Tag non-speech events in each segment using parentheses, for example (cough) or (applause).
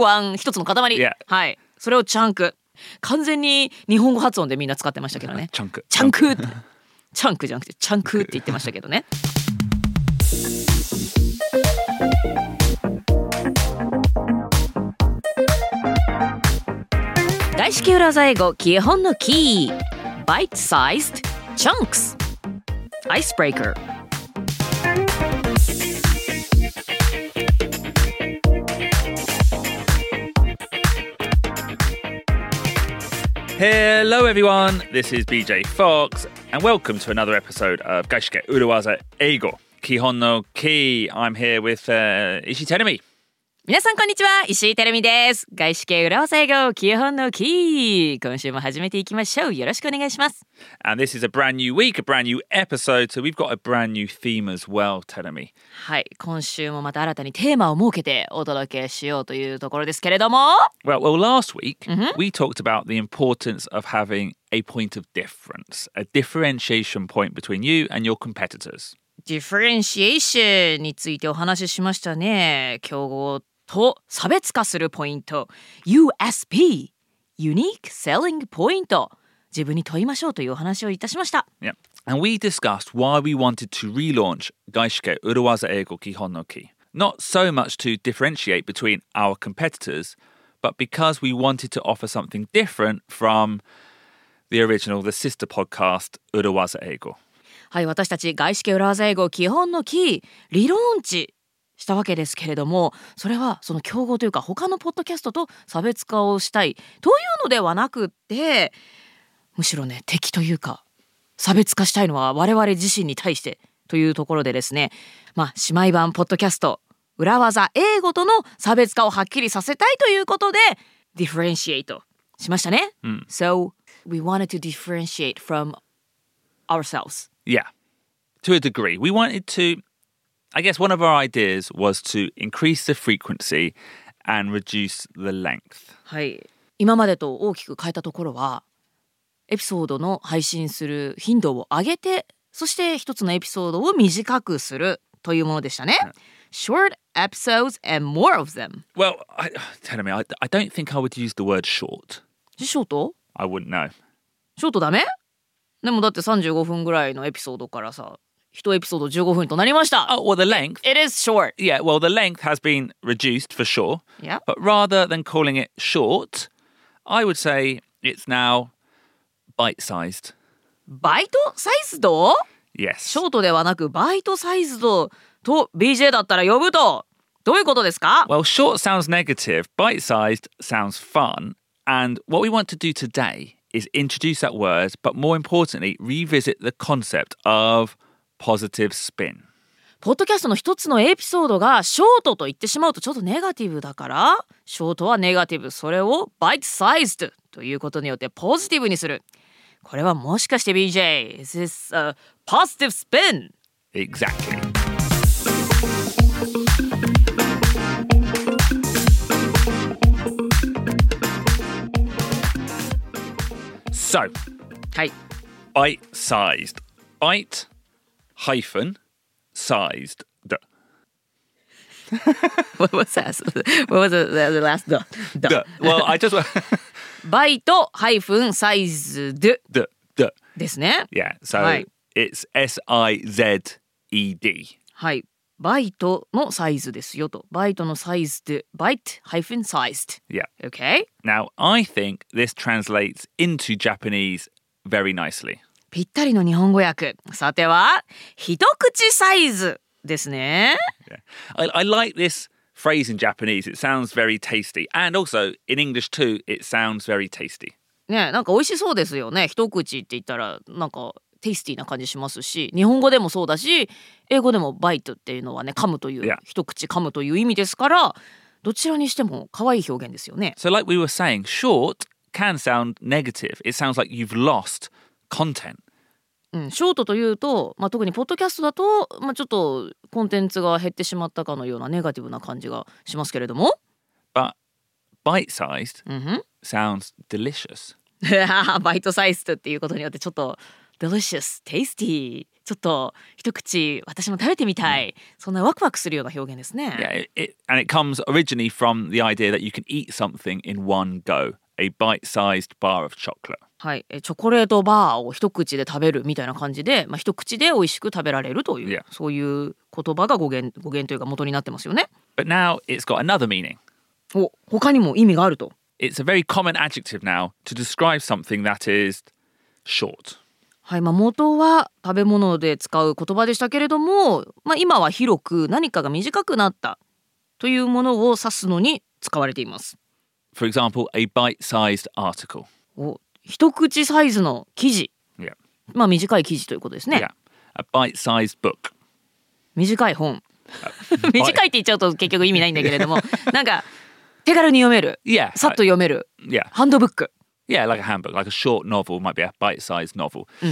ワン一つの塊 Yeah. はいそれをチャンク完全に日本語発音でみんな使ってましたけどね Chunk. チャンクってチャンクじゃなくてチャンクって言ってましたけどね大式裏技英語基本のキー Bite sized chunks Icebreaker ！Hello everyone, this is BJ Fox, and welcome to another episode of Gaishike Uruwaza Eigo Kihon no Ki. I'm here with uh, Ishi Tenemi. 皆さんこんにちは石井てるみです外資系裏技英語基本のキー今週も始めていきましょうよろしくお願いします And this is a brand new week, a brand new episode, so we've got a brand new theme as well, Tenemi. はい今週もまた新たにテーマを設けてお届けしようというところですけれども Well, well, last week we talked about the importance of having a point of difference, a differentiation point between you and your competitors. ディフェレンシエーションについてお話ししましたね競合と差別化するポイント USP Unique Selling Point 自分に問いましょうというお話をいたしました Yeah. And we discussed why we wanted to relaunch Gaishike Uruwaza Eigo Kihon no Ki. Not so much to differentiate between our competitors, but because we wanted to offer something different from the original, the sister podcast, Uruwaza Eigo. はい、私たち外資系裏技英語基本のキー理論値したわけですけれどもそれはその競合というか他のポッドキャストと差別化をしたいというのではなくってむしろね敵というか差別化したいのは我々自身に対してというところでですねまあ姉妹版ポッドキャスト裏技英語との差別化をはっきりさせたいということでディフェレンシエイトしましたね。So we wanted to differentiate from ourselves. Yeah, to a degree. We wanted to, I guess, one of our ideas was to increase the frequency and reduce the length. はい、今までと大きく変えたところはエピソードの配信する頻度を上げてそして一つのエピソードを短くするというものでしたね。Short episodes and more of them. Well, I, (sighs) tell me, I, I don't think I would use the word short. ショート I wouldn't know. ショートダメでもだって35分ぐらいのエピソードからさ1エピソード15分となりました。 Oh, well, the length. It is short. Yeah, well, the length has been reduced for sure. Yeah. But rather than calling it short, I would say it's now bite sized. バイトサイズド Yes. ショートではなくバイトサイズドと BJ だったら呼ぶとどういうことですか Well, short sounds negative, bite sized sounds fun. And what we want to do today is introduce that word, but more importantly, revisit the concept of positive spin. ポッドキャストの一つのエピソードがショートと言ってしまうとちょっとネガティブだからショートはネガティブそれをバイトサイズドということによってポジティブにするこれはもしかして BJ Is this a positive spin? Exactly. So, はい bite sized. Bite hyphen sized. Duh. What was that? What was the, the last? The, Duh. Well, I just. バイトハイフンサイズド Duh. Duh. ですね Yeah. So Right. it's S I Z E D. はいバイトのサイズですよとバイトのサイズでバイトハイフンサイズ Yeah. OK? Now, I think this translates into Japanese very nicely. ぴったりの日本語訳さては一口サイズですね Yeah. I, I like this phrase in Japanese. It sounds very tasty. And also in English, too, it sounds very tasty. ねえなんか美味しそうですよね一口って言ったらなんかテイスティーな感じしますし日本語でもそうだし英語でもバイトっていうのはね噛むという Yeah. 一口噛むという意味ですからどちらにしても可愛い表現ですよね So, like we were saying, short can sound negative. It sounds like you've lost content. うん、ショートというと、まあ、特にポッドキャストだと、まあ、ちょっとコンテンツが減ってしまったかのようなネガティブな感じがしますけれども、 But bite sized うんふん sounds delicious. (laughs) バイトサイズっていうことによってちょっと delicious, tasty ちょっと一口私も食べてみたい、そんなワクワクするような表現ですね。 Yeah, it, it, and it comes originally from the idea that you can eat something in one go, a bite-sized bar of chocolate. はい、えチョコレートバーを一口で食べるみたいな感じで、まあ、一口で美味しく食べられるという、 Yeah. そういう言葉が語源語源というか元になってますよね。 But now it's got another meaning. お他にも意味があると。 It's a very common adjective now to describe something that is short. はいまあ、元は食べ物で使う言葉でしたけれども、まあ、今は広く何かが短くなったというものを指すのに使われています。 For example, a bite-sized article. お一口サイズの記事、 Yeah. まあ、短い記事ということですね。 Yeah. A bite-sized book. 短い (laughs) 本短いって言っちゃうと結局意味ないんだけれど (laughs) もなんか手軽に読める Yeah. さっと I- 読める yeah. ハンドブック Yeah, like a handbook, like a short novel might be a bite-sized novel. Um,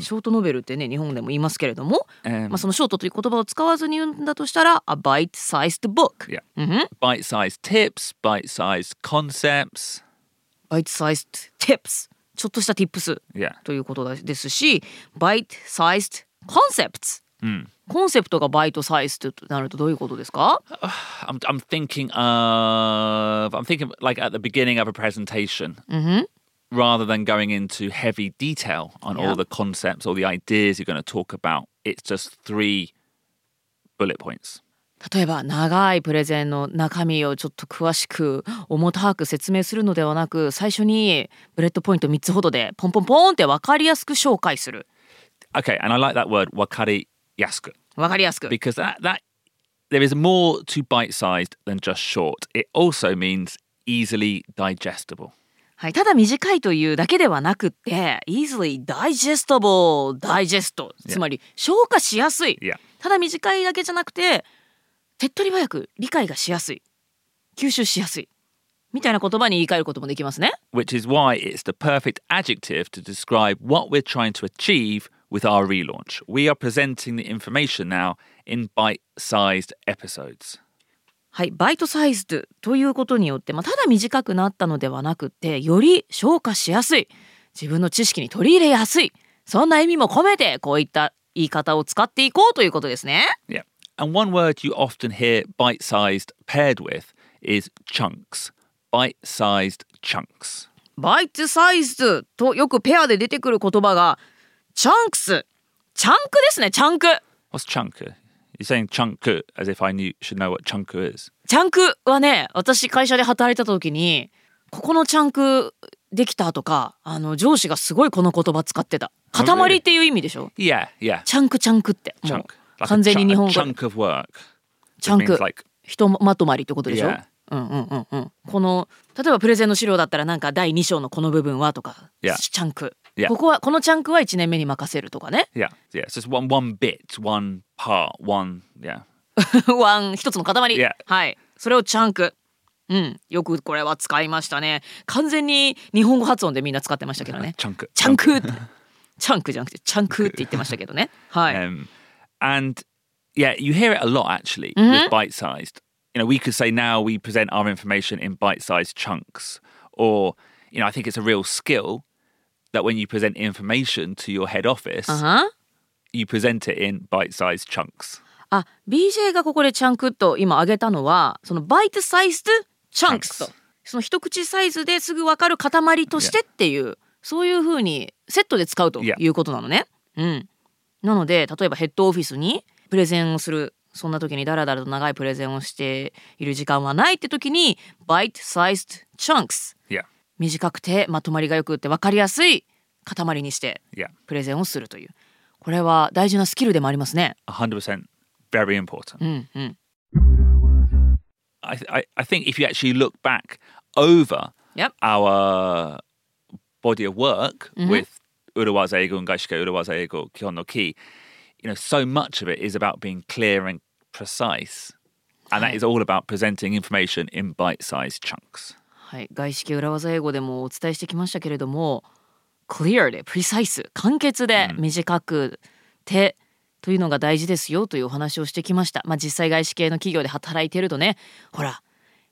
ショートノベルってね日本でも言いますけれども、 um, まあ、そのショートという言葉を使わずに言うんだとしたら a bite-sized book、 Yeah. うんうん、 bite-sized tips, bite-sized concepts. bite-sized tips ちょっとした tips Yeah. ということですし bite-sized concepts、コンセプトがバイトサイズとなるとどういうことですか I'm, I'm thinking of I'm thinking like at the beginning of a presentation, rather than going into heavy detail on Yeah. all the concepts or the ideas you're going to talk about. It's just three bullet points. 例えば長いプレゼンの中身をちょっと詳しく重たく説明するのではなく最初にブレッドポイント3つほどでポンポンポンって分かりやすく紹介する Okay, and I like that word wakari yasku 分かりやすく because that that there is more to bite-sized than just short. It also means easily digestible. はい、ただ短いというだけではなくって easily digestible digest つまり消化しやすい Yeah. ただ短いだけじゃなくて手っ取り早く理解がしやすい吸収しやすいみたいな言葉に言い換えることもできますね which is why it's the perfect adjective to describe what we're trying to achieve with our relaunch. We are presenting the information now in bite sized episodes. はい、バイトサイズということによって、まあ、ただ短くなったのではなくてより消化しやすい自分の知識に取り入れやすいそんな意味も込めてこういった言い方を使っていこうということですね。 Yeah. And one word you often hear bite sized paired with is chunks. Bite sized chunks. バイトサイズとよくペアで出てくる言葉がチャンクスチャンクですねチャンク What's chunk? You're saying chunk as if I knew should know what chunk is. チャンクはね私会社で働いた時にここのチャンクできたとかあの上司がすごいこの言葉使ってた塊っていう意味でしょ Yeah, yeah. チャンクチャンクってもう Chunk. Like a 完全に chu- 日 a 本語 chunk of work. チャン It means ク like ひとまとまりってことでしょ Yeah. うんうんうんうんこの例えばプレゼンの資料だったらなんか第2章のこの部分はとか Yeah. チャンク Yeah. ここはこのチャンクは1年目に任せるとかね (laughs) Yeah, yeah. It's just one one bit, one part, one yeah. ワン一つの塊 Yeah. はいそれをチャンクうんよくこれは使いましたね完全に日本語発音でみんな使ってましたけどね Chunk it. チャンクってチャンクじゃなくてチャンクって言ってましたけどねはい、 Um, and yeah, you hear it a lot actually with bite sized. You know, we could say now we present our information in bite sized chunks, or you know, I think it's a real skill that when you present information to your head office, あはん you present it in bite sized chunks. あ BJ がここでチャンクと今挙げたのはそのバイトサイズチャンクスと Chunks その一口サイズですぐ分かる塊としてっていう、そういうふうにセットで使うと Yeah. いうことなのね。うん、なので例えばヘッドオフィスにプレゼンをするそんな時にダラダラと長いプレゼンをしている時間はないって時にバイトサイズチャンクス Yeah, 短くてまとまりがよくって分かりやすい塊にして yeah, プレゼンをするというこれは大事なスキルでもありますね。 hundred percent, very important. うんうん I, th- I I think if you actually look back over Yep. our body of work with Urawaza Ego and Gaishike Urawaza Ego Kihon no Ki, you know, so much of it is about being clear and precise. And that is all about presenting information in bite sized chunks. はい、外資系裏技英語でもお伝えしてきましたけれども clear で precise 簡潔で短くて、というのが大事ですよというお話をしてきました、まあ、実際外資系の企業で働いてるとねほら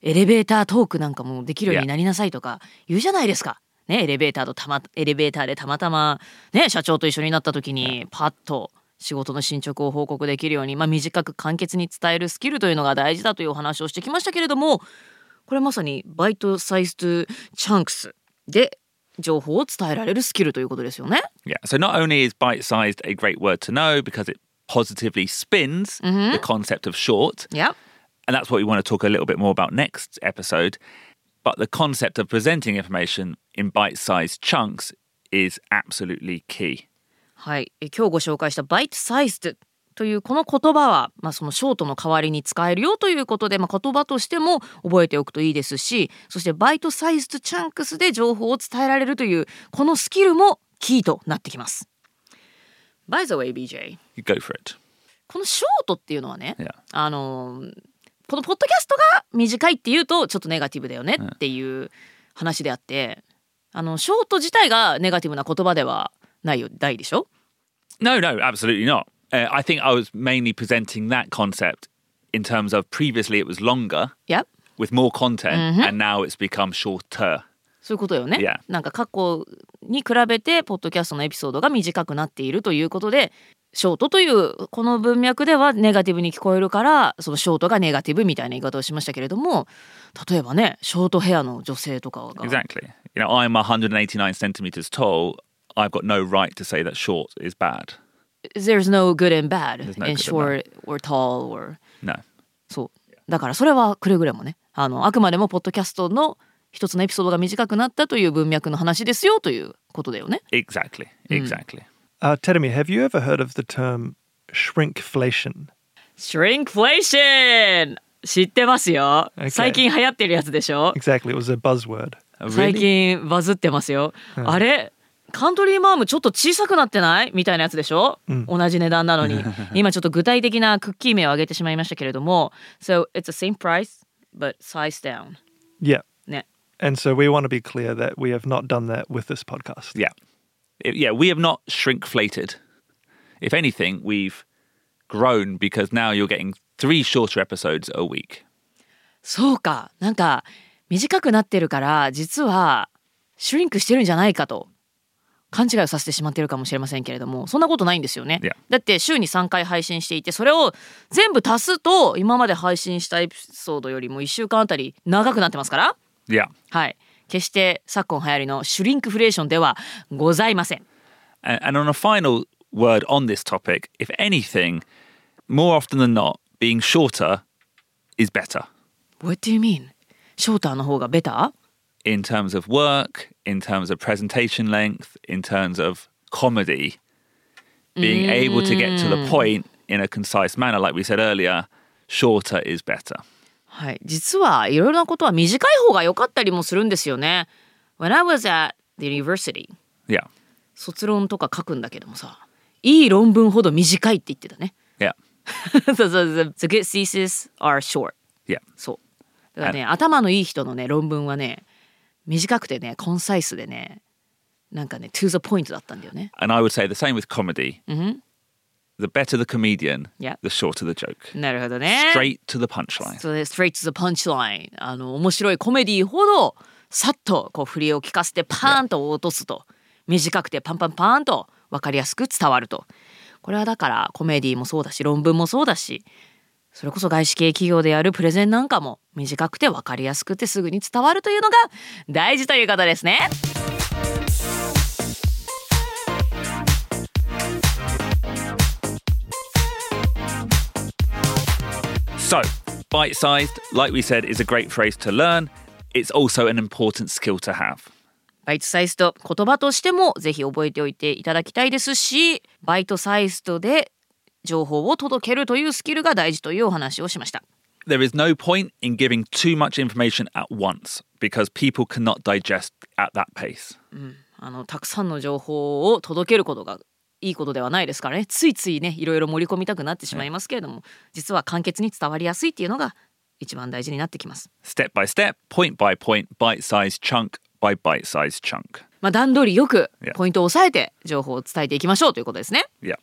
エレベータートークなんかもできるようになりなさいとか言うじゃないですかね、エレベーターとたま、エレベーターでたまたま、ね、社長と一緒になった時に、パッと仕事の進捗を報告できるように、まあ、短く簡潔に伝えるスキルというのが大事だというお話をしてきましたけれども、これまさにバイトサイズチャンクスで情報を伝えられるスキルということですよね。 Yeah. So not only is bite sized a great word to know because it positively spins the concept of short, Yeah. and that's what we want to talk a little bit more about next episode, but the concept of presenting information in bite sized chunks is absolutely key. はい、え今日ご紹介したバイトサイズというこの言葉は、まあ、そのショートの代わりに使えるよということで、まあ、言葉としても覚えておくといいですしそしてバイトサイズチャンクスで情報を伝えられるというこのスキルもキーとなってきます。By the way BJ You go for it. このショートっていうのはね Yeah. あのーこのポッドキャストが短いっていうとちょっとネガティブだよねっていう話であってあのショート自体がネガティブな言葉ではないよないでしょ No, no, absolutely not. Uh, I think I was mainly presenting that concept in terms of previously it was longer いや with more content, and now it's become shorter. そういうことよね。 Yeah. なんか過去に比べてポッドキャストのエピソードが短くなっているということでショートというこの文脈ではネガティブに聞こえるからそのショートがネガティブみたいな言い方をしましたけれども例えばねショートヘアの女性とかが Exactly. You know, I'm 189 centimeters tall. I've got no right to say that short is bad. There's no good and bad There's no in good and short or tall or No. そうだからそれはくれぐれもねあのあくまでもポッドキャストの一つのエピソードが短くなったという文脈の話ですよということだよね。 Exactly. Exactly. Uh, Tedemi, have you ever heard of the term shrinkflation? Shrinkflation! 知ってますよ。 Okay. 最近流行ってるやつでしょ Exactly, it was a buzzword. Uh, 最 really? 近バズってますよ。あれカントリーマームちょっと小さくなってないみたいなやつでしょ、同じ値段なの (laughs) に。今ちょっと具体的なクッキー名を挙げてしまいましたけれども。So it's the same price but size down. Yeah. ね。 And so we want to be clear that we have not done that with this podcast. Yeah. It- yeah, we have not shrinkflated. If anything, we've grown because now you're getting three shorter episodes a week. そうか。なんか短くなってるから実はシュリンクしてるんじゃないかと勘違いをさせてしまってるかもしれませんけれどもそんなことないんですよね。いやだって週に3回配信していてそれを全部足すと今まで配信したエピソードよりも1週間あたり長くなってますから。 Yeah. はい。決して昨今流行りのシュリンクフレーションではございません。 And, and on a final word on this topic, if anything, more often than not, being shorter is better What do you mean? ショーターの方がベタ in terms of work, in terms of presentation length, in terms of comedy. Being able to get to the point in a concise manner, like we said earlier, shorter is better. はい、実はいろいろなことは短い方が良かったりもするんですよね。When I was at the university, Yeah. 卒論とか書くんだけどもさ、いい論文ほど短いって言ってたね。 (laughs) Yeah. so, so, so, so good thesis are short. Yeah. そう。だからね、頭のいい人のね、論文はね、短くてね、コンサイスでね、なんかね、to the point だったんだよね。 And I would say the same with comedy. The better the comedian, Yeah. the shorter the joke. なるほどね。 Straight to the punchline. それ straight to the punchline あの面白いコメディほどさっとこう振りを聞かせてパーンと落とすと短くてパンパンパーンと分かりやすく伝わるとこれはだからコメディもそうだし論文もそうだしそれこそ外資系企業でやるプレゼンなんかも短くて分かりやすくてすぐに伝わるというのが大事ということですね。 So, bite sized, like we said, is a great phrase to learn. It's also an important skill to have. バイトサイズと言葉としてもぜひ覚えておいていただきたいですしバイトサイズとで情報を届けるというスキルが大事というお話をしました。 There is no point in giving too much information at once because people cannot digest at that pace. あのたくさんの情報を届けることがいいことではないですからねついついねいろいろ盛り込みたくなってしまいますけれども、実は簡潔に伝わりやすいっていうのが一番大事になってきます。 Step by step, point by point, bite sized chunk by bite sized chunk. まあ、段取りよく Yeah. ポイントを押さえて情報を伝えていきましょうということですね。 Yeah.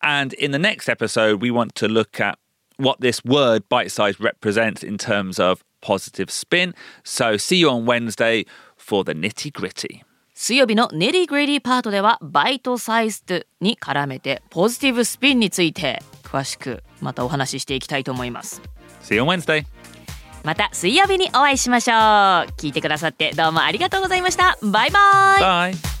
And in the next episode, we want to look at what this word bite size represents in terms of positive spin. So see you on Wednesday for the nitty gritty. 水曜日のネリーグリディパートではバイトサイズに絡めてポジティブスピンについて詳しくまたお話ししていきたいと思います See you on Wednesday. また水曜日にお会いしましょう聞いてくださってどうもありがとうございましたバイバイ Bye.